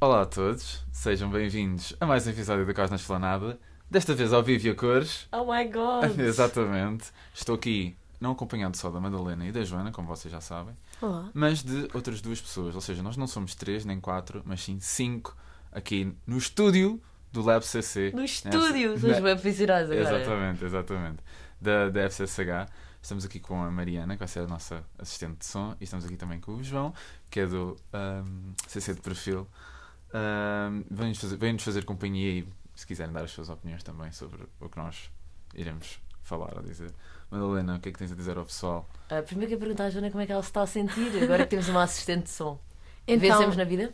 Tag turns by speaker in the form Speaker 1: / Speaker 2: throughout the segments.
Speaker 1: Olá a todos, sejam bem-vindos a mais um episódio do Caos na Esplanada. Desta vez ao vivo e a cores.
Speaker 2: Oh my god!
Speaker 1: Exatamente. Estou aqui não acompanhado só da Madalena e da Joana, como vocês já sabem,
Speaker 2: Olá.
Speaker 1: mas de outras duas pessoas. Ou seja, nós não somos três nem quatro, mas sim cinco aqui no estúdio do Lab CC.
Speaker 2: No
Speaker 1: Né?
Speaker 2: estúdio!
Speaker 1: Na-
Speaker 2: Estás bem aficionados agora.
Speaker 1: Exatamente, exatamente. Da, da FCSH. Estamos aqui com a Mariana, que vai ser a nossa assistente de som, e estamos aqui também com o João, que é do ahm, CC de Perfil. Ahm, Vem-nos fazer, vem fazer companhia e, se quiserem, dar as suas opiniões também sobre o que nós iremos falar ou dizer. Madalena, o que é que tens a dizer ao pessoal?
Speaker 2: Ah, primeiro que eu perguntar à Joana como é que ela se está a sentir agora que temos uma assistente de som.
Speaker 3: Então,
Speaker 2: Vencemos na vida?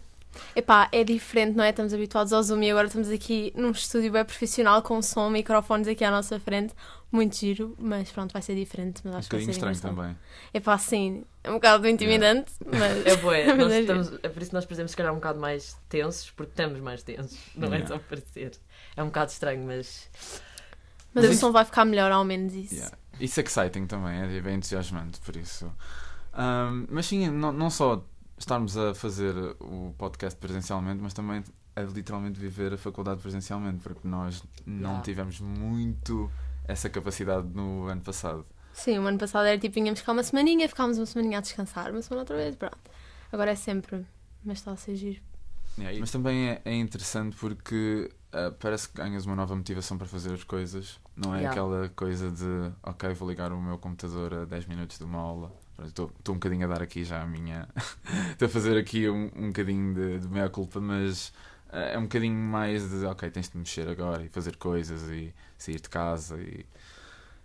Speaker 3: epá, é diferente, não é? Estamos habituados ao Zoom e agora estamos aqui num estúdio bem profissional com som, microfones aqui à nossa frente. Muito giro, mas pronto, vai ser diferente. Mas
Speaker 1: Um
Speaker 3: acho que vai
Speaker 1: bocadinho
Speaker 3: ser
Speaker 1: estranho
Speaker 3: engraçado.
Speaker 1: também.
Speaker 3: Epá, sim, é um bocado intimidante,
Speaker 2: É
Speaker 3: mas.
Speaker 2: boa,
Speaker 3: Mas
Speaker 2: nós
Speaker 3: é
Speaker 2: estamos, é por isso que nós parecemos se calhar um bocado mais tensos, porque estamos mais tensos, não é
Speaker 1: Yeah.
Speaker 2: só parecer. É um bocado estranho, mas
Speaker 3: Mas o
Speaker 1: Mas-
Speaker 3: som vai ficar melhor, ao menos isso.
Speaker 1: Yeah. Isso é exciting também, é bem entusiasmante, por isso. Ahm, mas sim, não, não só estarmos a fazer o podcast presencialmente, mas também a literalmente viver a faculdade presencialmente, porque nós não
Speaker 2: Yeah.
Speaker 1: tivemos muito essa capacidade no ano passado.
Speaker 3: Sim, o ano passado era tipo, vinhamos cá uma semaninha, ficámos uma semaninha a descansar, uma semana outra vez, pronto. Agora é sempre, mas está a ser giro.
Speaker 1: Yeah, e- Mas também é, é interessante porque ah, parece que ganhas uma nova motivação para fazer as coisas. Não é
Speaker 2: Yeah.
Speaker 1: aquela coisa de, ok, vou ligar o meu computador a 10 minutos de uma aula. Pronto, Estou estou um bocadinho a dar aqui já a minha. Estou a fazer aqui um, um bocadinho de, de meia culpa, mas ah, é um bocadinho mais de, ok, tens de mexer agora e fazer coisas e sair de casa e.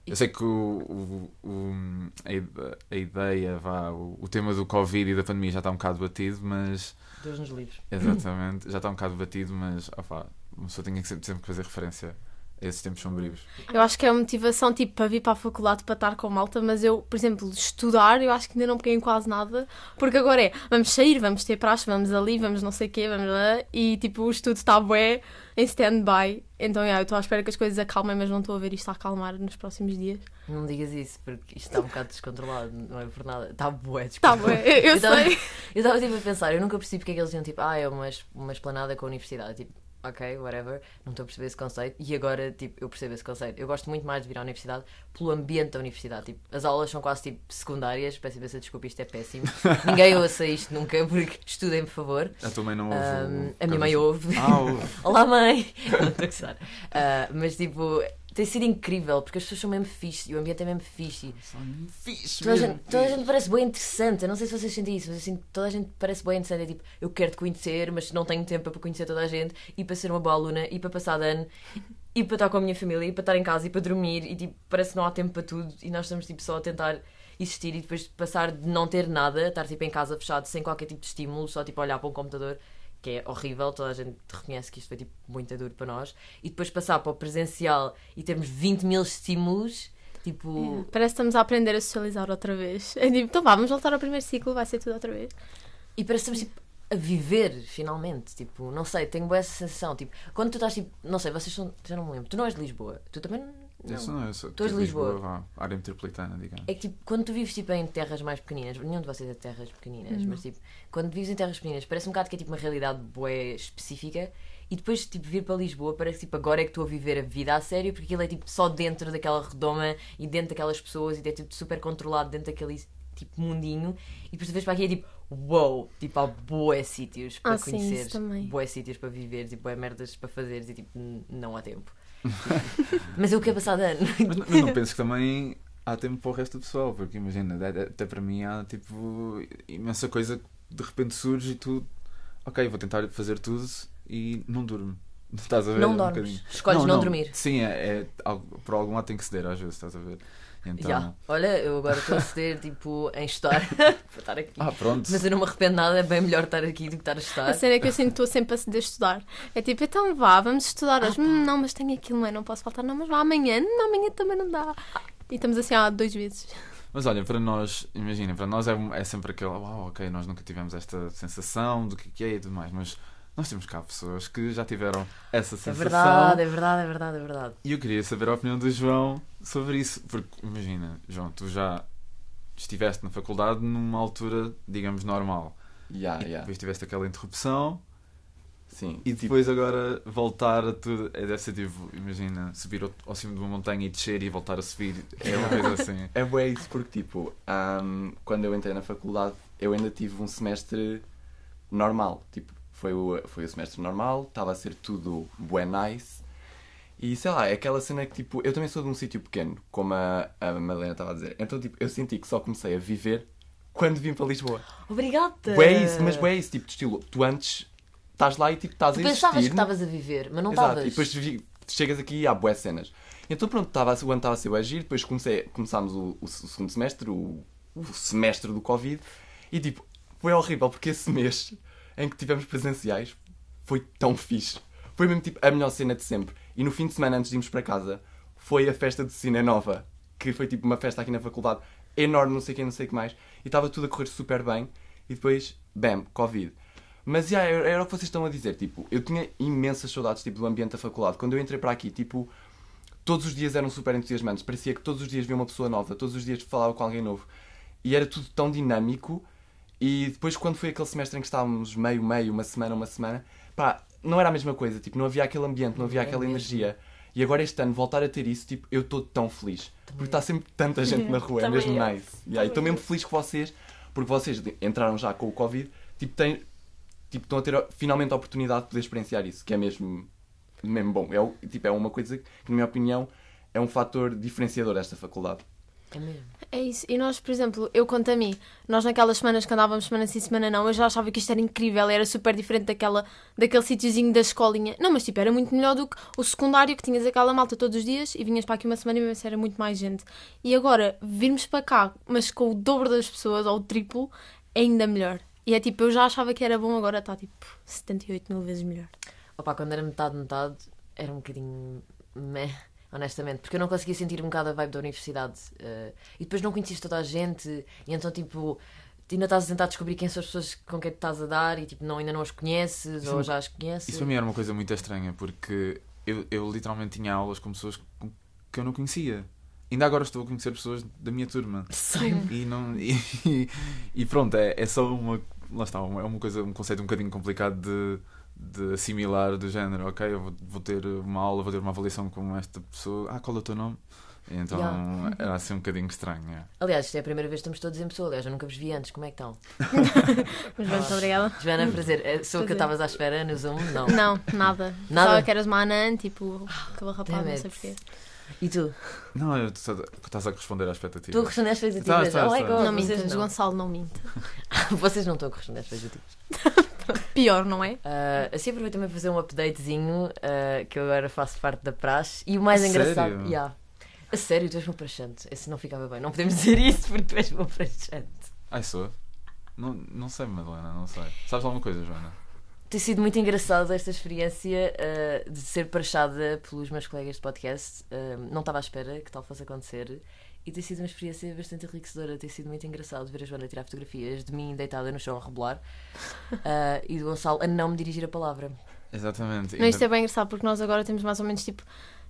Speaker 1: Eu sei que o, o- o- a ide- a ideia, vá, o, o tema do Covid e da pandemia já está um bocado batido, mas
Speaker 2: Deus nos livre.
Speaker 1: Exatamente, já está um bocado batido, mas opá, uma pessoa tem que sempre, sempre fazer referência a esses tempos sombrios.
Speaker 3: Eu acho que é uma motivação tipo para vir para a faculdade para estar com malta, mas eu, por exemplo, estudar, eu acho que ainda não peguei em quase nada, porque agora é vamos sair, vamos ter praxe, vamos ali, vamos não sei o quê, vamos lá, e tipo o estudo está bué em stand-by. Então yeah, eu estou à espera que as coisas acalmem, mas não estou a ver isto a acalmar nos próximos dias.
Speaker 2: Não digas isso, porque isto está um bocado descontrolado, não é por nada. Está bué,
Speaker 3: Está
Speaker 2: descontrolado.
Speaker 3: bué, eu, eu
Speaker 2: tava-
Speaker 3: sei.
Speaker 2: Eu estava Então, tipo a pensar, eu nunca percebi porque é que eles iam tipo, ah, é uma, es- uma esplanada com a universidade. Tipo, ok, whatever, não estou a perceber esse conceito. E agora, tipo, eu percebo esse conceito. Eu gosto muito mais de vir à universidade pelo ambiente da universidade. Tipo, as aulas são quase tipo secundárias. Peço imensa desculpa, isto é péssimo. Ninguém ouça isto nunca, porque estudem, por favor.
Speaker 1: A tua mãe não ouve.
Speaker 2: Ahm,
Speaker 1: o-
Speaker 2: a minha mãe ouve.
Speaker 1: Ah, ouve.
Speaker 2: Olá, mãe! Não estou a gostar. Ah, mas tipo, tem sido incrível, porque as pessoas são mesmo fixe e o ambiente é mesmo fixe.
Speaker 1: Fixe,
Speaker 2: Toda a,
Speaker 1: mesmo,
Speaker 2: gente, toda a
Speaker 1: fixe.
Speaker 2: gente parece bem interessante. Eu não sei se vocês sentem isso, mas assim, toda a gente parece bem interessante. É tipo, eu quero te conhecer, mas não tenho tempo para conhecer toda a gente e para ser uma boa aluna e para passar de ano e para estar com a minha família e para estar em casa e para dormir. E tipo, parece que não há tempo para tudo e nós estamos tipo só a tentar existir e depois passar de não ter nada, estar tipo em casa fechado sem qualquer tipo de estímulo, só tipo olhar para um computador. Que é horrível, toda a gente reconhece que isto foi tipo muito duro para nós, e depois passar para o presencial e termos 20 mil estímulos, tipo,
Speaker 3: Parece que estamos a aprender a socializar outra vez. É tipo, então vá, vamos voltar ao primeiro ciclo, vai ser tudo outra vez.
Speaker 2: E parece que estamos tipo, a viver finalmente. Tipo, não sei, tenho boa essa sensação. Tipo, quando tu estás tipo, não sei, vocês são, já não me lembro, tu não és de Lisboa, tu também não.
Speaker 1: Eu sou, eu sou
Speaker 2: Tu és
Speaker 1: de
Speaker 2: de Lisboa.
Speaker 1: vá, área metropolitana, digamos.
Speaker 2: É que tipo, quando tu vives tipo, em terras mais pequeninas, nenhum de vocês é de terras pequeninas, mas tipo, quando vives em terras pequeninas, parece um bocado que é tipo uma realidade bué específica e depois tipo vir para Lisboa parece que tipo, agora é que estou a viver a vida a sério porque aquilo é tipo só dentro daquela redoma e dentro daquelas pessoas e é tipo super controlado dentro daquele tipo mundinho e depois tu vês para aqui e é tipo uou, tipo há bué sítios para
Speaker 3: Ah, sim, isso
Speaker 2: conheceres,
Speaker 3: também.
Speaker 2: bué sítios para viveres e bué merdas para fazeres e tipo n- não há tempo. mas eu que é passado ano.
Speaker 1: Mas, não- mas não penso que também há tempo para o resto do pessoal, porque imagina, da- da- até para mim há tipo imensa coisa que de repente surge e tu, ok, vou tentar fazer tudo e não durmo. Estás a ver? É
Speaker 2: Não
Speaker 1: um
Speaker 2: dormes,
Speaker 1: bocadinho.
Speaker 2: escolhes não dormir.
Speaker 1: Sim, é, é algo- por algum lado tem que ceder às vezes, estás a ver? Então,
Speaker 2: Já. Olha, eu agora estou a ceder tipo, em estudar para estar aqui.
Speaker 1: Ah, pronto.
Speaker 2: Mas eu não me arrependo nada, é bem melhor estar aqui do que estar a
Speaker 3: A
Speaker 2: estudar.
Speaker 3: cena é que eu sinto que estou sempre a ceder a estudar. É tipo, então vá, vamos estudar hoje. Hum, não, mas tenho aquilo, mãe, não posso faltar. Não, mas vá amanhã. Não, amanhã também não dá. E estamos assim há dois meses.
Speaker 1: Mas olha, para nós, imagina, para nós é, é sempre aquele, uau, ok, nós nunca tivemos esta sensação do que que é e tudo mais, mas nós temos cá pessoas que já tiveram essa
Speaker 2: É
Speaker 1: sensação.
Speaker 2: verdade, é verdade, é verdade, é verdade.
Speaker 1: E eu queria saber a opinião do João sobre isso, porque imagina, João, tu já estiveste na faculdade numa altura, digamos, normal.
Speaker 4: Yeah,
Speaker 1: E
Speaker 4: yeah.
Speaker 1: Depois tiveste aquela interrupção Sim,
Speaker 4: Tipo-
Speaker 1: e depois agora voltar a tudo. é, Deve ser tipo, imagina, subir ao, ao cimo de uma montanha e descer e voltar a subir. É uma coisa assim.
Speaker 4: É bué isso porque, tipo, ahm, quando eu entrei na faculdade, eu ainda tive um semestre normal. Tipo, foi o, foi o semestre normal, estava a ser tudo bué nice. E sei lá, é aquela cena que, tipo, eu também sou de um sítio pequeno, como a, a Madalena estava a dizer. Então, tipo, eu senti que só comecei a viver quando vim para Lisboa.
Speaker 2: Obrigada!
Speaker 4: Bué isso, mas bué isso, tipo, de estilo, tu antes estás lá e, tipo, estás a
Speaker 2: Tu
Speaker 4: existir.
Speaker 2: pensavas que estavas a viver, mas não
Speaker 4: Exato,
Speaker 2: estavas.
Speaker 4: e depois vi- chegas aqui e há boas cenas. Então pronto, tava, a- o ano estava a ser o agir, depois comecei, começámos o, o se- o segundo semestre, o, o semestre do Covid, e tipo, foi horrível, porque esse mês em que tivemos presenciais foi tão fixe. Foi mesmo tipo a melhor cena de sempre. E no fim de semana, antes de irmos para casa, foi a festa de Cine Nova, que foi tipo uma festa aqui na faculdade, enorme, não sei o que, não sei o que mais, e estava tudo a correr super bem, e depois, bam, Covid. Mas já, era era o que vocês estão a dizer, tipo, eu tinha imensas saudades tipo, do ambiente da faculdade. Quando eu entrei para aqui, tipo, todos os dias eram super entusiasmantes. Parecia que todos os dias via uma pessoa nova, todos os dias falava com alguém novo. E era tudo tão dinâmico. E depois, quando foi aquele semestre em que estávamos meio, meio, uma semana, uma semana, pá, não era a mesma coisa, tipo, não havia aquele ambiente, não havia
Speaker 2: era
Speaker 4: aquela
Speaker 2: É mesmo.
Speaker 4: energia. E agora este ano, voltar a ter isso, tipo, eu estou tão feliz. Porque está sempre tanta gente na rua, é
Speaker 2: Também
Speaker 4: mesmo
Speaker 2: eu.
Speaker 4: nice. E aí, estou mesmo feliz com vocês, porque vocês entraram já com o Covid, tipo, têm, tipo, estão a ter finalmente a oportunidade de poder experienciar isso, que é mesmo, mesmo bom. É, o- tipo, é uma coisa que, na minha opinião, é um fator diferenciador desta faculdade.
Speaker 2: É mesmo.
Speaker 3: É isso. E nós, por exemplo, eu conto a mim, nós naquelas semanas que andávamos semana sim, semana não, eu já achava que isto era incrível, era super diferente daquela, daquele sítiozinho da escolinha. Não, mas tipo, era muito melhor do que o secundário que tinhas aquela malta todos os dias e vinhas para aqui uma semana e mesmo assim era muito mais gente. E agora, virmos para cá, mas com o dobro das pessoas ou o triplo, é ainda melhor. E é tipo, eu já achava que era bom, agora está tipo 78 mil vezes melhor.
Speaker 2: Opa, quando era metade, metade, era um bocadinho meh, honestamente, porque eu não conseguia sentir um bocado a vibe da universidade. eh, e depois não conhecias toda a gente, e então, tipo, ainda estás a tentar descobrir quem são as pessoas com quem te estás a dar, e tipo, não, ainda não as conheces,
Speaker 1: Isso é
Speaker 2: ou
Speaker 1: uma-
Speaker 2: já as conheces.
Speaker 1: Isso para mim era uma coisa muito estranha, porque eu, eu literalmente tinha aulas com pessoas com- que eu não conhecia. Ainda agora estou a conhecer pessoas da minha turma.
Speaker 2: Sim.
Speaker 1: E, não, e, e pronto, é, é só uma. Lá está, uma- é uma coisa, um conceito um bocadinho complicado de, de assimilar, do género, ok, eu vou, vou ter uma aula, vou ter uma avaliação com esta pessoa, ah, qual é o teu nome? Então
Speaker 2: Yeah.
Speaker 1: era assim um bocadinho estranho. é.
Speaker 2: Aliás, isto é a primeira vez que estamos todos em pessoa, aliás, eu nunca vos vi antes, como é que estão?
Speaker 3: Mas bem, muito obrigada.
Speaker 2: Joana, prazer, eh, sou o que eu
Speaker 3: Prazer.
Speaker 2: estavas à espera no Zoom? Não.
Speaker 3: Não, nada.
Speaker 2: Nada?
Speaker 3: Pensava que eras uma anã, tipo, cabelo rapado,
Speaker 2: Damn
Speaker 3: não
Speaker 2: it.
Speaker 3: sei porquê.
Speaker 2: E tu?
Speaker 1: Não, eu, tu estás a responder à expectativa.
Speaker 2: Tu correspondeste às
Speaker 1: Tá,
Speaker 2: expectativas?
Speaker 1: tá,
Speaker 2: oh my
Speaker 1: tá.
Speaker 2: God,
Speaker 3: é Não
Speaker 2: vocês
Speaker 3: mintas,
Speaker 2: não.
Speaker 3: Gonçalo, não minta.
Speaker 2: Vocês não estão a corresponder às expectativas.
Speaker 3: Pior, não é?
Speaker 2: Ah, assim aproveito também para fazer um updatezinho ah, que eu agora faço parte da praxe e o mais
Speaker 1: A
Speaker 2: engraçado.
Speaker 1: sério?
Speaker 2: Yeah. A sério, tu és meu praxante. Esse não ficava bem. Não podemos dizer isso porque tu és meu praxante.
Speaker 1: Ai, sou? Não, não sei, Madalena, não sei. Sabes alguma coisa, Joana?
Speaker 2: Tem sido muito engraçado esta experiência ah, de ser praxada pelos meus colegas de podcast. Ah, não estava à espera que tal fosse acontecer. E tem sido uma experiência bastante enriquecedora. Tem sido muito engraçado ver a Joana tirar fotografias de mim deitada no chão a rebolar ah, e do Gonçalo a não me dirigir a palavra.
Speaker 1: Exatamente.
Speaker 3: Não, isto é bem engraçado porque nós agora temos mais ou menos tipo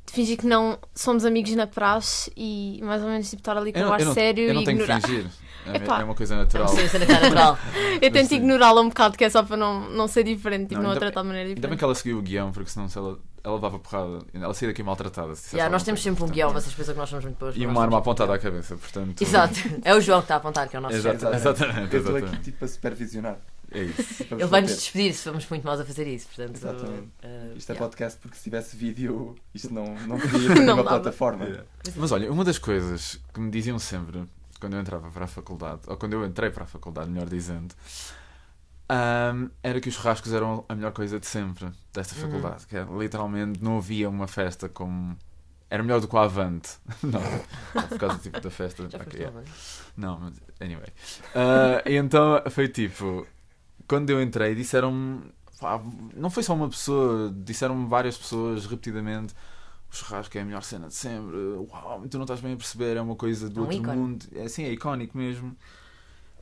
Speaker 3: de fingir que não somos amigos na praxe e mais ou menos tipo estar ali com o ar sério
Speaker 1: eu não
Speaker 3: e
Speaker 1: tenho
Speaker 3: ignorar.
Speaker 1: que fingir. É,
Speaker 3: Epá.
Speaker 1: é uma coisa
Speaker 2: Não
Speaker 1: natural.
Speaker 2: sei se é natural.
Speaker 3: Eu tento
Speaker 1: Sim.
Speaker 3: ignorá-la um bocado, que é só para não, não ser diferente, tipo,
Speaker 1: eh, Não,
Speaker 3: não, a
Speaker 1: ainda
Speaker 3: tratar de maneira
Speaker 1: Ainda bem
Speaker 3: diferente.
Speaker 1: que ela seguiu o guião, porque senão se ela, ela levava porrada. Ela saía daqui maltratada. se dissesse
Speaker 2: Yeah, nós
Speaker 1: alguma
Speaker 2: temos
Speaker 1: coisa,
Speaker 2: sempre um
Speaker 1: portanto.
Speaker 2: guião, vocês pensam que nós somos muito boas.
Speaker 1: E
Speaker 2: mas
Speaker 1: uma
Speaker 2: nós
Speaker 1: arma
Speaker 2: temos um
Speaker 1: apontada
Speaker 2: guião.
Speaker 1: à cabeça, portanto.
Speaker 2: Exato, é o João que está a apontar, que é o nosso chefe.
Speaker 1: Exato, exatamente,
Speaker 4: Eu estou aqui
Speaker 1: exatamente.
Speaker 4: tipo para supervisionar.
Speaker 1: É isso.
Speaker 4: Para vos
Speaker 2: Ele vai-nos
Speaker 4: bater.
Speaker 2: despedir se formos muito maus a fazer isso, portanto.
Speaker 4: Exatamente.
Speaker 2: eh,
Speaker 4: Isto é
Speaker 2: yeah.
Speaker 4: podcast porque se tivesse vídeo, isto não, não podia ir para
Speaker 3: Não
Speaker 4: nenhuma
Speaker 3: dava.
Speaker 4: plataforma.
Speaker 1: Mas olha, uma das coisas que me diziam sempre quando eu entrava para a faculdade, ou quando eu entrei para a faculdade, melhor dizendo, ahm, era que os churrascos eram a melhor coisa de sempre desta
Speaker 2: Uhum.
Speaker 1: faculdade. Que era, literalmente não havia uma festa como. Era melhor do que o Avante. não, não, por causa do tipo da festa.
Speaker 2: Já
Speaker 1: ok,
Speaker 2: foste é?
Speaker 1: yeah.
Speaker 2: lá, mano?
Speaker 1: Não, mas anyway. Ah, e então foi tipo, quando eu entrei, disseram-me, pá, não foi só uma pessoa, disseram-me várias pessoas repetidamente. O churrasco é a melhor cena de sempre. Uau, tu não estás bem a perceber, é uma coisa do
Speaker 2: É um
Speaker 1: outro
Speaker 2: ícone.
Speaker 1: mundo. É assim, é icónico mesmo.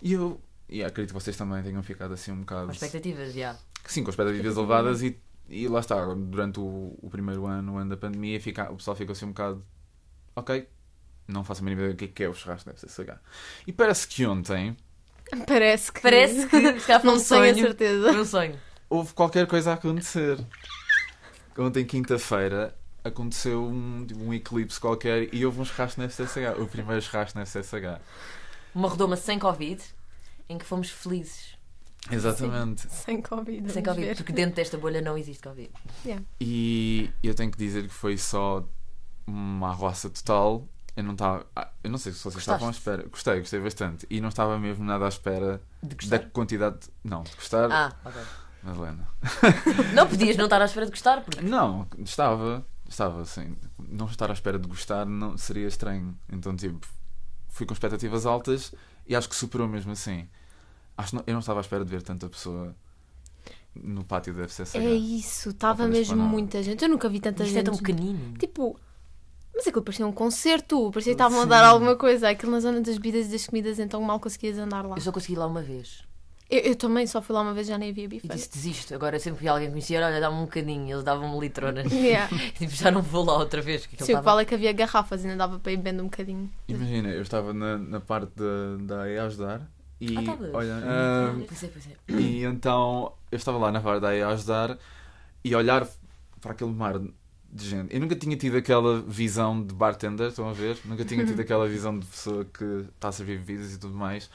Speaker 1: E eu, e acredito que vocês também tenham ficado assim um bocado.
Speaker 2: Com expectativas, já.
Speaker 1: Que Sim, com as expectativas elevadas e, e lá está, durante o, o primeiro ano, o ano da pandemia, fica, o pessoal ficou assim um bocado. Ok, não faço a mínima ideia do que é que é o churrasco, deve ser CH. E parece que ontem
Speaker 3: Parece que.
Speaker 2: Parece que se calhar foi
Speaker 3: Não
Speaker 2: um
Speaker 3: tenho a
Speaker 2: sonho.
Speaker 3: certeza.
Speaker 2: Foi um sonho.
Speaker 1: houve qualquer coisa a acontecer. Ontem, quinta-feira, aconteceu um, tipo, um eclipse qualquer e houve um churrasco na FCSH. O primeiro churrasco na FCSH.
Speaker 2: Uma redoma sem Covid em que fomos felizes.
Speaker 1: Exatamente.
Speaker 3: Sem Covid.
Speaker 2: sem
Speaker 3: vamos
Speaker 2: Covid,
Speaker 3: ver.
Speaker 2: porque dentro desta bolha não existe Covid.
Speaker 1: E eu tenho que dizer que foi só uma arruaça total. Eu não estava. ah, Eu não sei se vocês estavam à espera. Gostei, gostei bastante. E não estava mesmo nada à espera
Speaker 2: De
Speaker 1: da
Speaker 2: gostar.
Speaker 1: quantidade. De... Não, de gostar.
Speaker 2: Ah, ok.
Speaker 1: Madalena.
Speaker 2: Não podias não estar à espera de gostar, porque
Speaker 1: Não, estava. Estava assim. Não estar à espera de gostar não, seria estranho. Então, tipo, fui com expectativas altas e acho que superou mesmo assim. Acho que não- eu não estava à espera de ver tanta pessoa no pátio da FCSH.
Speaker 3: É isso, estava
Speaker 1: Ao pé da
Speaker 3: mesmo
Speaker 1: esplanada.
Speaker 3: muita gente. Eu nunca vi tanta
Speaker 2: isto
Speaker 3: gente.
Speaker 2: é tão pequenino.
Speaker 3: Tipo, mas aquilo parecia um concerto, parecia que estavam a dar alguma coisa. Aquilo na zona das bebidas e das comidas, então mal conseguias andar lá.
Speaker 2: Eu só consegui ir lá uma vez
Speaker 3: Eu, eu também só fui lá uma vez, já nem havia
Speaker 2: e
Speaker 3: bife.
Speaker 2: disse desisto. Agora sempre que alguém conhecia, olha, dá-me um bocadinho. Eles davam-me litronas.
Speaker 3: Yeah.
Speaker 2: tipo, já não vou lá outra vez. Que aquilo
Speaker 3: Sim, o que
Speaker 2: estava-
Speaker 3: vale é que havia garrafas, ainda dava para ir bebendo um bocadinho.
Speaker 1: Imagina, eu estava na, na parte da, da EA ajudar e.
Speaker 2: Ah, estavas?
Speaker 1: olha,
Speaker 2: Ah,
Speaker 1: ahm,
Speaker 2: Pois é, pois é.
Speaker 1: e então eu estava lá na parte da EA ajudar e olhar para aquele mar de gente. Eu nunca tinha tido aquela visão de bartender, estão a ver? Nunca tinha tido aquela visão de pessoa que está a servir bebidas e tudo mais.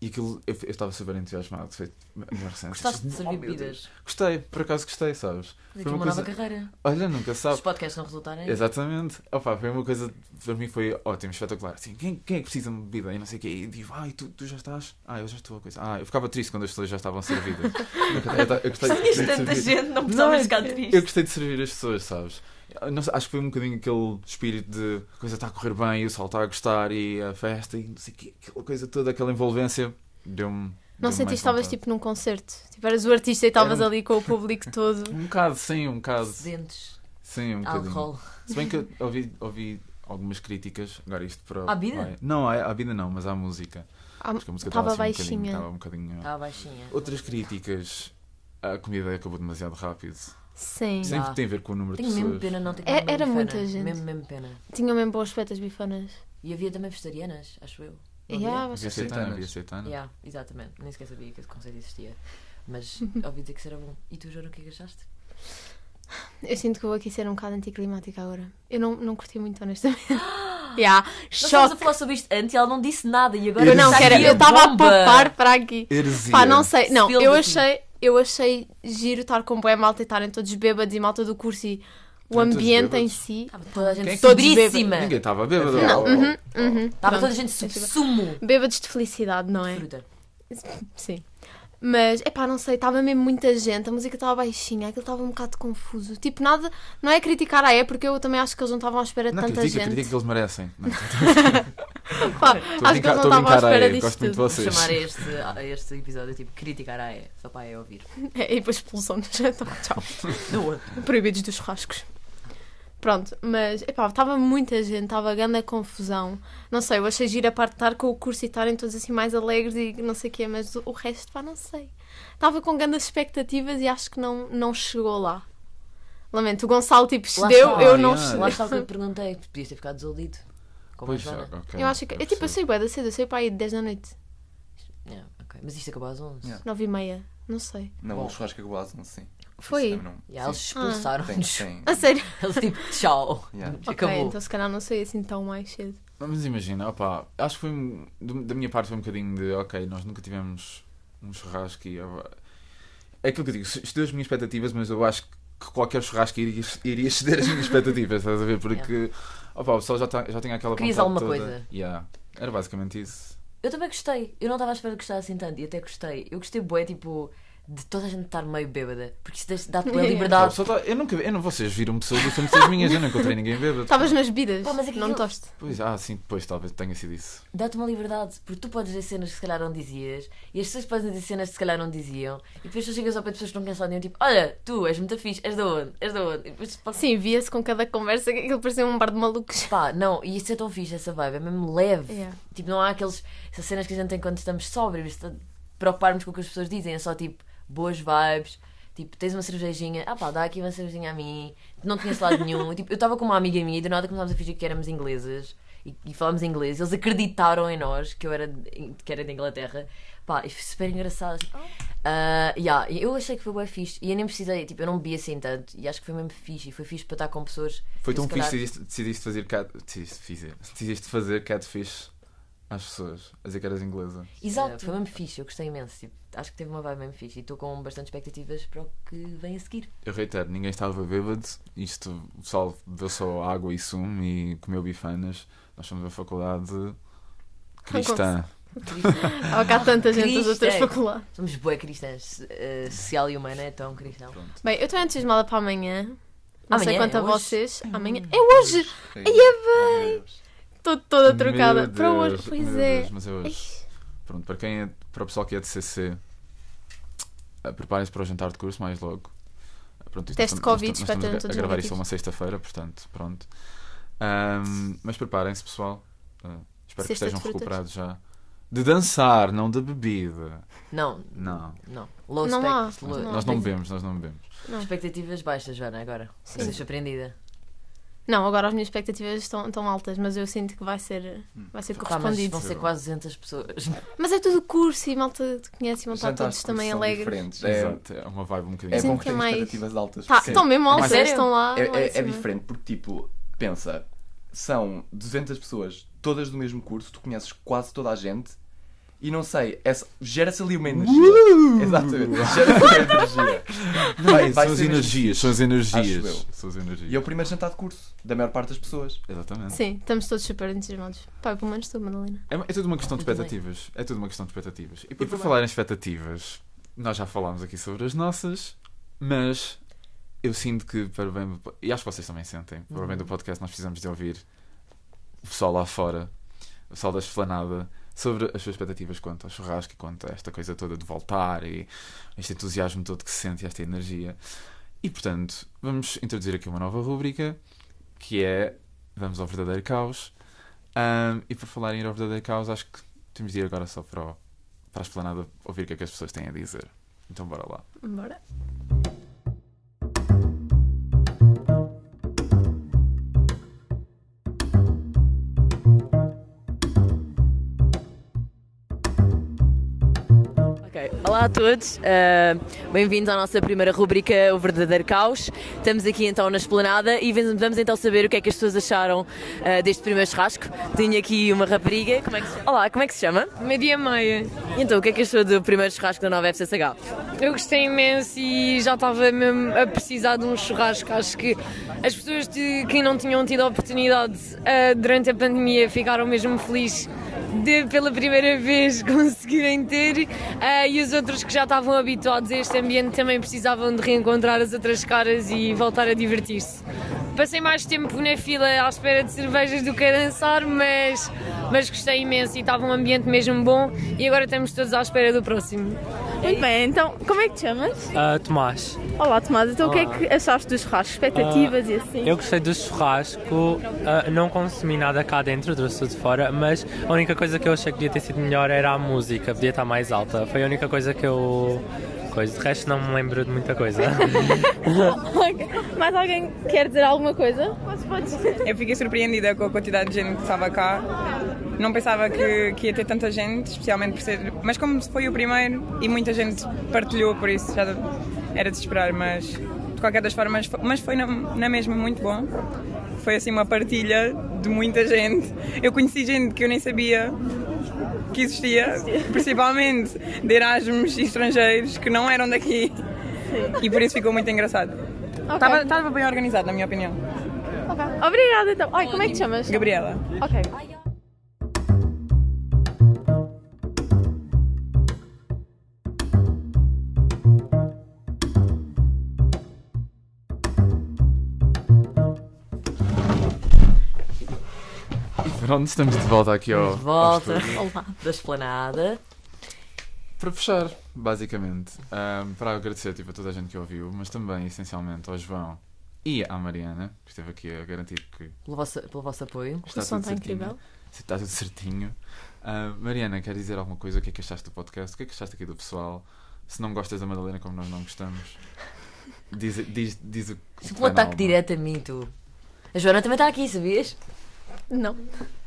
Speaker 1: E aquilo, eu, eu estava super entusiasmado. Foi a melhor sensação.
Speaker 2: Gostaste de
Speaker 1: Oh,
Speaker 2: servir
Speaker 1: meu Deus.
Speaker 2: bebidas?
Speaker 1: Gostei, por acaso gostei, sabes?
Speaker 2: Fazer aqui uma nova carreira.
Speaker 1: Olha, nunca
Speaker 2: Se
Speaker 1: sabe.
Speaker 2: os podcasts não resultarem.
Speaker 1: Exatamente. Opa, foi uma coisa, para mim foi ótimo, espetacular. Assim, quem, quem é que precisa de uma bebida? E não sei o quê. E digo, ai, tu, tu já estás? Ah, eu já estou. Coisa. Ah, eu ficava triste quando as pessoas já estavam servidas. eu, eu, eu gostei,
Speaker 2: Tinhas
Speaker 1: gostei de
Speaker 2: tanta
Speaker 1: servir.
Speaker 2: gente, não é
Speaker 1: Não,
Speaker 2: precisavas
Speaker 1: eu-
Speaker 2: ficar
Speaker 1: Eu
Speaker 2: triste.
Speaker 1: gostei de servir as pessoas, sabes? Eu não sei, acho que foi um bocadinho aquele espírito de a coisa está a correr bem e o sol está a gostar e a festa e não sei o quê. Aquela coisa toda, aquela envolvência. Deu-me.
Speaker 3: Não
Speaker 1: deu-me
Speaker 3: sentiste que
Speaker 1: mais
Speaker 3: estavas
Speaker 1: vontade.
Speaker 3: tipo num concerto. Tipo, eras o artista e estavas
Speaker 1: Era um-
Speaker 3: ali com o público todo.
Speaker 1: Um bocado, sim, um bocado.
Speaker 2: Dentes,
Speaker 1: Sim, um bocadinho.
Speaker 2: álcool.
Speaker 1: Se bem que eu ouvi, ouvi algumas críticas, agora isto para.
Speaker 2: À vida?
Speaker 1: vai- Não, à, à vida não, mas à música.
Speaker 3: Ah,
Speaker 1: Acho que a música
Speaker 3: Estava
Speaker 1: estava assim um bocadinho-
Speaker 3: baixinha.
Speaker 1: estava um bocadinho.
Speaker 2: Estava tá baixinha.
Speaker 1: Outras críticas, a comida acabou demasiado rápido.
Speaker 3: Sim.
Speaker 2: Sim.
Speaker 1: Sempre tem a ver com o número
Speaker 2: Tenho
Speaker 1: de
Speaker 2: mesmo
Speaker 1: pessoas.
Speaker 2: pena não ter
Speaker 3: É-
Speaker 2: comido
Speaker 3: era
Speaker 2: bifana.
Speaker 3: muita gente.
Speaker 2: Mesmo, mesmo pena.
Speaker 3: Tinham mesmo boas fetas bifanas.
Speaker 2: E havia também vegetarianas, acho eu. Não havia?
Speaker 3: Yeah, acho
Speaker 1: Havia
Speaker 3: que sim.
Speaker 1: aceitana,
Speaker 4: aceitanas.
Speaker 1: havia aceitana.
Speaker 2: Yeah, exatamente. Nem sequer sabia que esse conceito existia. Mas ouvi dizer que isso era bom. E tu, Joana, o que é que achaste?
Speaker 3: Eu sinto que eu vou aqui ser um bocado anticlimática agora. Eu não, não curti muito, honestamente. yeah.
Speaker 2: Nós estávamos a
Speaker 3: Choque.
Speaker 2: falar sobre isto antes e ela não disse nada. E agora
Speaker 3: Eu não,
Speaker 2: está
Speaker 3: que era,
Speaker 2: aqui
Speaker 3: eu estava a
Speaker 2: bomba.
Speaker 3: poupar para aqui.
Speaker 1: Heresia.
Speaker 3: Pá, não sei. Não,
Speaker 2: Spill
Speaker 3: eu
Speaker 2: the
Speaker 3: achei, eu achei giro estar com boa malta e estarem todos bêbados e malta do curso e o
Speaker 1: Estavam todos
Speaker 3: ambiente em
Speaker 1: bêbados? Tá
Speaker 3: si.
Speaker 2: Estava toda a gente
Speaker 1: Quem é que-
Speaker 2: sobríssima.
Speaker 1: Ninguém estava bêbado.
Speaker 4: Não. Uhum,
Speaker 2: Estava toda a
Speaker 3: Pronto. é
Speaker 2: gente sob sumo.
Speaker 3: Bêbados de felicidade, não é?
Speaker 2: Fruta.
Speaker 3: Sim. Mas, epá, não sei, estava mesmo muita gente, a música estava baixinha, aquilo estava um bocado confuso. Tipo, nada, não é criticar a é porque eu também acho que eles não estavam à espera de
Speaker 1: Não,
Speaker 3: tanta
Speaker 1: critica,
Speaker 3: gente.
Speaker 1: critica que eles merecem. Não, Estou
Speaker 3: Pá,
Speaker 1: a
Speaker 3: acho que
Speaker 1: brincar,
Speaker 3: eles
Speaker 1: estou
Speaker 3: não
Speaker 1: a
Speaker 3: estavam à
Speaker 1: brincar
Speaker 3: espera
Speaker 1: aí,
Speaker 3: disto
Speaker 1: gosto muito de
Speaker 3: tudo.
Speaker 2: Vou
Speaker 1: vocês.
Speaker 2: chamar a este, a este episódio tipo criticar a E, só para a E ouvir.
Speaker 3: É, e depois expulsão-nos. Então, tchau.
Speaker 2: Do outro.
Speaker 3: Proibidos dos churrascos. Pronto, mas epá, estava muita gente, estava grande a confusão. Não sei, eu achei gira a parte de estar com o curso e estarem todos assim mais alegres e não sei o quê, mas o resto, pá, não sei. Estava com grandes expectativas e acho que não, não chegou lá. Lamento, o Gonçalo tipo cedeu,
Speaker 2: está,
Speaker 3: eu não
Speaker 1: yeah.
Speaker 2: Lá
Speaker 3: cedeu.
Speaker 2: está o que eu perguntei. Podias ter ficado desiludido. Como
Speaker 1: Pois,
Speaker 2: a Joana.
Speaker 1: ok.
Speaker 3: Eu acho que. Eu, tipo, eu
Speaker 1: percebo.
Speaker 3: sei bué da cedo, eu sei para aí 10 da noite,
Speaker 2: Yeah, ok. Mas isto acabou às 11.
Speaker 4: Yeah.
Speaker 3: 9 e meia, não sei.
Speaker 4: Não,
Speaker 2: Bom.
Speaker 4: o churrasco acabou às 11, sim.
Speaker 3: Foi?
Speaker 4: Isso também não-
Speaker 2: Yeah, eles
Speaker 4: sim, tem,
Speaker 2: expulsaram-nos.
Speaker 4: tem.
Speaker 3: A sério?
Speaker 2: Eles tipo, tchau. Tipo,
Speaker 4: Yeah.
Speaker 3: Ok,
Speaker 2: Acabou.
Speaker 3: então se calhar não sei assim tão mais cedo.
Speaker 1: Mas imagina, opá, acho que foi um- do- da minha parte foi um bocadinho de ok, nós nunca tivemos um churrasco e opá, é aquilo que eu digo, excedeu as minhas expectativas, mas eu acho que qualquer churrasco iria, iria exceder as minhas expectativas, estás a ver? Porque opá, o pessoal já, tá, já tinha aquela
Speaker 2: Querias
Speaker 1: vontade
Speaker 2: alguma
Speaker 1: toda.
Speaker 2: coisa?
Speaker 1: Yeah. Era basicamente isso.
Speaker 2: Eu também gostei. Eu não estava à espera de gostar assim tanto. E até gostei. Eu gostei bué, tipo, de toda a gente estar meio bêbada. Porque isso deixa- dá-te bué
Speaker 1: Pá,
Speaker 3: Yeah.
Speaker 1: o
Speaker 2: liberdade.
Speaker 1: pessoal tá- eu nunca eu não, vocês viram pessoas diferentes das minhas, eu não encontrei ninguém bêbado.
Speaker 3: Estavas nas bebidas,
Speaker 2: Pá, mas é que
Speaker 3: não
Speaker 2: aquilo-
Speaker 3: toste.
Speaker 1: Pois, ah, sim, depois talvez tenha sido isso.
Speaker 2: Dá-te uma liberdade. Porque tu podes dizer cenas que se calhar não dizias. E as pessoas podem dizer cenas que se calhar não diziam. E depois tu chegas ao pé de pessoas que não conhecem lá nenhum. Tipo, olha, tu és muito fixe. És da onde? És da onde? E depois, tipo, pá,
Speaker 3: Sim, via-se com cada conversa que aquilo parecia um bar de malucos.
Speaker 2: Pá, não, e isso é tão fixe, essa vibe, é mesmo leve.
Speaker 3: Yeah.
Speaker 2: Tipo, não há aqueles. Essas cenas que a gente tem quando estamos sóbrios, de preocuparmos com o que as pessoas dizem, é só tipo boas vibes. Tipo, tens uma cervejinha, ah pá, dá aqui uma cervejinha a mim, não tinha lado nenhum. tipo, eu estava com uma amiga minha e do nada começámos a fingir que éramos inglesas e, e falámos inglês. Eles acreditaram em nós que eu era de, que era de Inglaterra. Pá, e foi super engraçado. tipo, Ah, yeah, eu achei que foi bem fixe e eu nem precisei, tipo, eu não bebi assim tanto e acho que foi mesmo fixe e foi fixe para estar com pessoas.
Speaker 1: Foi
Speaker 2: que
Speaker 1: tão
Speaker 2: se
Speaker 1: um fixe
Speaker 2: calhar-
Speaker 1: que decidiste, decidiste fazer cat... decidiste, fazer- decidiste fazer catfish às pessoas, a dizer que eras inglesa.
Speaker 2: Exato, Eh, foi mesmo fixe, eu gostei imenso. tipo, acho que teve uma vibe mesmo fixe e estou com bastante expectativas para o que vem a seguir.
Speaker 1: Eu reitero, ninguém estava bêbado, isto, o pessoal deu só água e sumo e comeu bifanas. Nós somos uma faculdade cristã.
Speaker 3: Ou
Speaker 5: Ah,
Speaker 3: cá tanta gente das outras
Speaker 2: Cristo.
Speaker 3: faculdades.
Speaker 2: Somos bué cristãs, eh, social e humana, é tão cristão.
Speaker 1: Pronto.
Speaker 3: Bem, eu estou entusiasmada para amanhã. Não sei
Speaker 2: Amanhã?
Speaker 3: quanto a
Speaker 2: É hoje?
Speaker 3: vocês. Amanhã. É hoje!
Speaker 4: é bem!
Speaker 3: Estou toda trocada.
Speaker 1: Meu
Speaker 3: Para hoje.
Speaker 1: Deus,
Speaker 3: Pois
Speaker 1: meu
Speaker 3: é.
Speaker 1: Deus, mas é hoje. Pronto, para quem é, para o pessoal que é de CC, eh, preparem-se para o jantar de curso mais logo. Eh, Pronto, isto
Speaker 3: Teste
Speaker 1: nós
Speaker 3: de Covid,
Speaker 1: nós estamos
Speaker 3: espero
Speaker 1: a,
Speaker 3: todos
Speaker 1: a gravar isto
Speaker 3: negativos.
Speaker 1: uma sexta-feira, portanto, pronto. Ahm, mas preparem-se, pessoal. Eh, espero que
Speaker 3: Cesta de
Speaker 1: estejam
Speaker 3: frutas.
Speaker 1: recuperados já. De dançar, não da bebida.
Speaker 2: Não,
Speaker 1: Não.
Speaker 2: não. Low
Speaker 3: Não há.
Speaker 2: expect-
Speaker 1: Nós
Speaker 2: low- tipo,
Speaker 1: nós não bebemos, nós não bebemos.
Speaker 2: Expectativas baixas, Joana, agora. Sim. Estás surpreendida.
Speaker 3: Não, agora as minhas expectativas estão, estão altas, mas eu sinto que vai ser,
Speaker 1: Hum.
Speaker 3: vai
Speaker 5: Então
Speaker 3: ser
Speaker 5: tá,
Speaker 2: Pá, mas
Speaker 3: correspondido.
Speaker 2: vão ser quase 200 pessoas.
Speaker 3: mas, é tudo curso e malta te conhece e vão estar
Speaker 4: Jantares
Speaker 3: tá todos
Speaker 4: de
Speaker 3: também
Speaker 4: curso são
Speaker 3: alegres.
Speaker 4: diferentes. É,
Speaker 1: Exato, é uma vibe um bocadinho.
Speaker 4: é
Speaker 3: Sim,
Speaker 4: bom
Speaker 3: que
Speaker 4: que
Speaker 3: é
Speaker 4: tenhas
Speaker 3: mais-
Speaker 4: expectativas altas.
Speaker 3: Tá,
Speaker 4: porque
Speaker 3: estão mesmo
Speaker 1: É mais-
Speaker 3: altas, estão lá.
Speaker 4: é,
Speaker 3: lá em
Speaker 4: é- é
Speaker 3: cima.
Speaker 4: diferente porque, tipo, pensa, são 200 pessoas, todas do mesmo curso, tu conheces quase toda a gente e não sei, essa- gera-se ali uma energia. Uh! Exatamente, gera-se uma energia. Vai- vai
Speaker 1: são as
Speaker 4: ser mesmo-
Speaker 1: energias, são as energias.
Speaker 4: Acho
Speaker 1: São as
Speaker 4: E
Speaker 1: energias.
Speaker 4: é o primeiro jantar de curso da maior parte das pessoas.
Speaker 1: Exatamente.
Speaker 3: Sim, estamos todos super entusiasmados. Pá, pelo menos tu, Madalena.
Speaker 1: É, é tudo uma questão de
Speaker 2: Eu também.
Speaker 1: expectativas. É tudo uma questão de expectativas. E por falar em expectativas, nós já falámos aqui sobre as nossas, mas eu sinto que, para o bem, do po- e acho que vocês também sentem, para o bem do podcast, nós precisamos de ouvir o pessoal lá fora, o pessoal da esplanada, sobre as suas expectativas quanto ao churrasco e quanto a esta coisa toda de voltar e este entusiasmo todo que se sente e esta energia. E portanto, vamos introduzir aqui uma nova rúbrica que é Vamos ao Verdadeiro Caos. Ahm, e por falar em ir ao Verdadeiro Caos, acho que temos de ir agora só para, o, para a esplanada ouvir o que é que as pessoas têm a dizer. Então bora lá.
Speaker 3: Bora.
Speaker 2: Ok, olá a todos, uh, bem-vindos à nossa primeira rubrica O Verdadeiro Caos. Estamos aqui então na esplanada e vem- vamos então saber o que é que as pessoas acharam uh, deste primeiro churrasco. Tenho aqui uma rapariga, como é que se chama? Olá, como é que se chama?
Speaker 6: Media meia.
Speaker 2: Então, o que é que achou do primeiro churrasco da nova FCSH?
Speaker 6: Eu gostei imenso e já estava mesmo a precisar de um churrasco. Acho que as pessoas de- que não tinham tido a oportunidade ah, durante a pandemia ficaram mesmo felizes de pela primeira vez conseguirem ter Ah, e os outros que já estavam habituados a este ambiente também precisavam de reencontrar as outras caras e voltar a divertir-se. Passei mais tempo na fila à espera de cervejas do que a dançar, mas, mas gostei imenso e estava um ambiente mesmo bom e agora estamos todos à espera do próximo.
Speaker 5: Muito bem, então como é que te chamas?
Speaker 7: Ah, Tomás,
Speaker 5: Olá Tomás, então o
Speaker 7: Olá.
Speaker 5: que é que achaste dos churrascos? Expectativas e assim?
Speaker 7: eu gostei do churrasco, ah, não consumi nada cá dentro, trouxe de fora, mas a única coisa que eu achei que podia ter sido melhor era a música, podia estar mais alta. Foi a única coisa que eu. Coisa. De resto, não me lembro de muita coisa.
Speaker 5: Mais alguém quer dizer alguma coisa? Podes, podes.
Speaker 8: Eu fiquei surpreendida com a quantidade de gente que estava cá. Não pensava que, que ia ter tanta gente, especialmente por ser. Mas como foi o primeiro e muita gente partilhou, por isso já era de esperar, mas de qualquer das formas. fo- Mas foi na, na mesma muito bom. Foi assim uma partilha de muita gente. Eu conheci gente que eu nem sabia que existia, principalmente de Erasmus e estrangeiros que não eram daqui. E por isso ficou muito engraçado. Estava estava bem organizado, na minha opinião.
Speaker 5: Ok. Obrigada então. Ai, como é que te chamas?
Speaker 8: Gabriela.
Speaker 5: Ok.
Speaker 1: Pronto, estamos de volta aqui ao. ao
Speaker 2: Volta
Speaker 1: estúdio.
Speaker 2: da esplanada.
Speaker 1: Para fechar, basicamente, ahm, para agradecer tipo, a toda a gente que ouviu, mas também, essencialmente, ao João e à Mariana, que esteve aqui a garantir que
Speaker 2: Pelo vosso, pelo vosso apoio.
Speaker 1: está
Speaker 3: o som
Speaker 1: tudo
Speaker 3: está
Speaker 1: certinho.
Speaker 3: incrível.
Speaker 1: Se Está tudo certinho. Ah, Mariana, quer dizer alguma coisa? O que é que achaste do podcast? O que é que achaste aqui do pessoal? Se não gostas da Madalena como nós não gostamos, diz, diz, diz o que.
Speaker 2: Se for ataque direto a mim, tu. A Joana também está aqui, sabias?
Speaker 3: Não.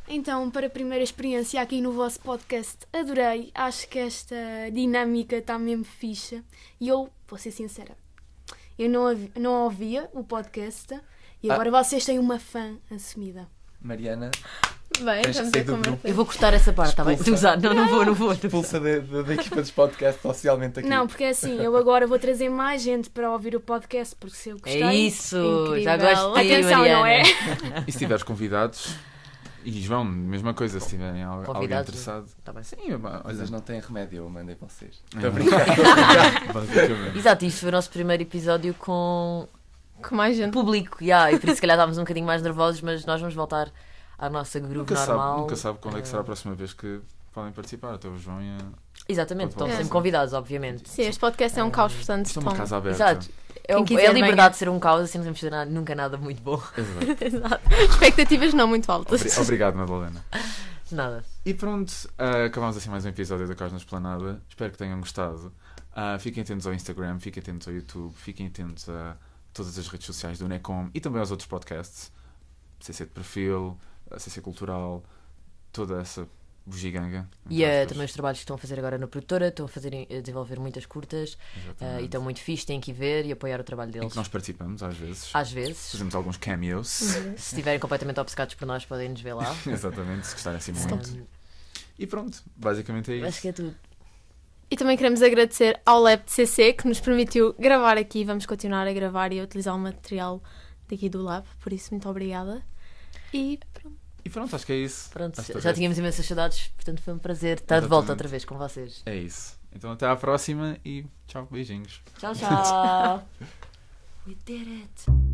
Speaker 9: Então, para a primeira experiência aqui no vosso podcast, adorei. Acho que esta dinâmica está mesmo fixa. E eu, vou ser sincera, eu não, ouvi- não ouvia o podcast e
Speaker 1: Ah.
Speaker 9: agora vocês têm uma fã assumida.
Speaker 4: Mariana,
Speaker 3: Bem,
Speaker 4: Tens que
Speaker 3: vamos
Speaker 4: sair
Speaker 3: ver
Speaker 4: do
Speaker 3: como é
Speaker 4: grupo.
Speaker 3: que
Speaker 2: Eu vou cortar essa parte, está bem? Estou
Speaker 4: Expulsa.
Speaker 2: a gozar. Não, não vou, não vou.
Speaker 4: expulsa da, da, da equipa dos podcasts socialmente aqui.
Speaker 9: Não, porque é assim, eu agora vou trazer mais gente para ouvir o podcast, porque se eu gostei.
Speaker 2: É isso,
Speaker 9: incrível.
Speaker 2: já gosto de ti,
Speaker 9: Atenção, não é?
Speaker 2: Mariana.
Speaker 1: E se tiveres convidados, e João, mesma coisa, se tiverem al- alguém
Speaker 2: Convidados?
Speaker 1: interessado.
Speaker 2: Tá bem.
Speaker 1: Sim, pá, olha,
Speaker 4: Vocês não têm remédio, eu mandei vocês.
Speaker 1: É.
Speaker 4: Estou a brincar.
Speaker 1: basicamente.
Speaker 2: Exato, isto foi o nosso primeiro episódio com
Speaker 3: foi. Com mais gente.
Speaker 2: público, yeah, e por isso se calhar estávamos um bocadinho mais nervosos, mas nós vamos voltar à nossa groove
Speaker 1: Nunca sabe,
Speaker 2: é normal.
Speaker 1: nunca sabe quando é que será a
Speaker 2: Eh,
Speaker 1: próxima vez que podem participar. Até o João e a...
Speaker 2: Exatamente,
Speaker 1: Pode
Speaker 2: estão
Speaker 1: voltar.
Speaker 2: sempre convidados, obviamente.
Speaker 3: Sim, este podcast é um caos, portanto,
Speaker 1: Isto é uma
Speaker 3: estão-
Speaker 1: casa aberta.
Speaker 2: Exato. É, o-
Speaker 3: quiser
Speaker 2: é a liberdade
Speaker 3: venha.
Speaker 2: de ser um caos, assim não temos de fazer nada- nunca nada muito bom.
Speaker 1: Exato.
Speaker 3: Exato. Expectativas não muito altas.
Speaker 1: Obri- Obrigado, Madalena.
Speaker 2: Nada.
Speaker 1: E pronto, ah, acabamos assim mais um episódio do Caos na Esplanada. Espero que tenham gostado. Ah, fiquem atentos ao Instagram, fiquem atentos ao YouTube, fiquem atentos a todas as redes sociais do NECOM e também aos outros podcasts. CC de Perfil, ah, CC Cultural, toda essa bugiganga. entre
Speaker 2: E eh,
Speaker 1: aspas.
Speaker 2: também os trabalhos que estão a fazer agora na produtora, estão a, fazer, a desenvolver muitas curtas eh,
Speaker 1: Exatamente.
Speaker 2: e estão muito fixe, têm que ir ver e apoiar o trabalho
Speaker 1: Em
Speaker 2: deles.
Speaker 1: É que nós participamos às vezes.
Speaker 2: Às vezes,
Speaker 1: Fazemos alguns cameos.
Speaker 2: se estiverem completamente obcecados por nós, podem nos ver lá.
Speaker 1: Exatamente, se gostarem assim muito.
Speaker 2: Eh,
Speaker 1: E pronto, basicamente é
Speaker 2: acho
Speaker 1: isso.
Speaker 2: que é tudo.
Speaker 3: E também queremos agradecer ao Lab de CC que nos permitiu gravar aqui. Vamos continuar a gravar e a utilizar o material daqui do Lab. Por isso, muito obrigada. E pronto.
Speaker 1: E pronto, acho que é isso.
Speaker 2: Pronto,
Speaker 1: Esta
Speaker 2: já
Speaker 1: vez.
Speaker 2: tínhamos imensas saudades, portanto foi um prazer estar de volta
Speaker 1: Exatamente.
Speaker 2: outra vez com vocês.
Speaker 1: É isso. Então até à próxima e tchau, beijinhos.
Speaker 2: Tchau, tchau. We did it.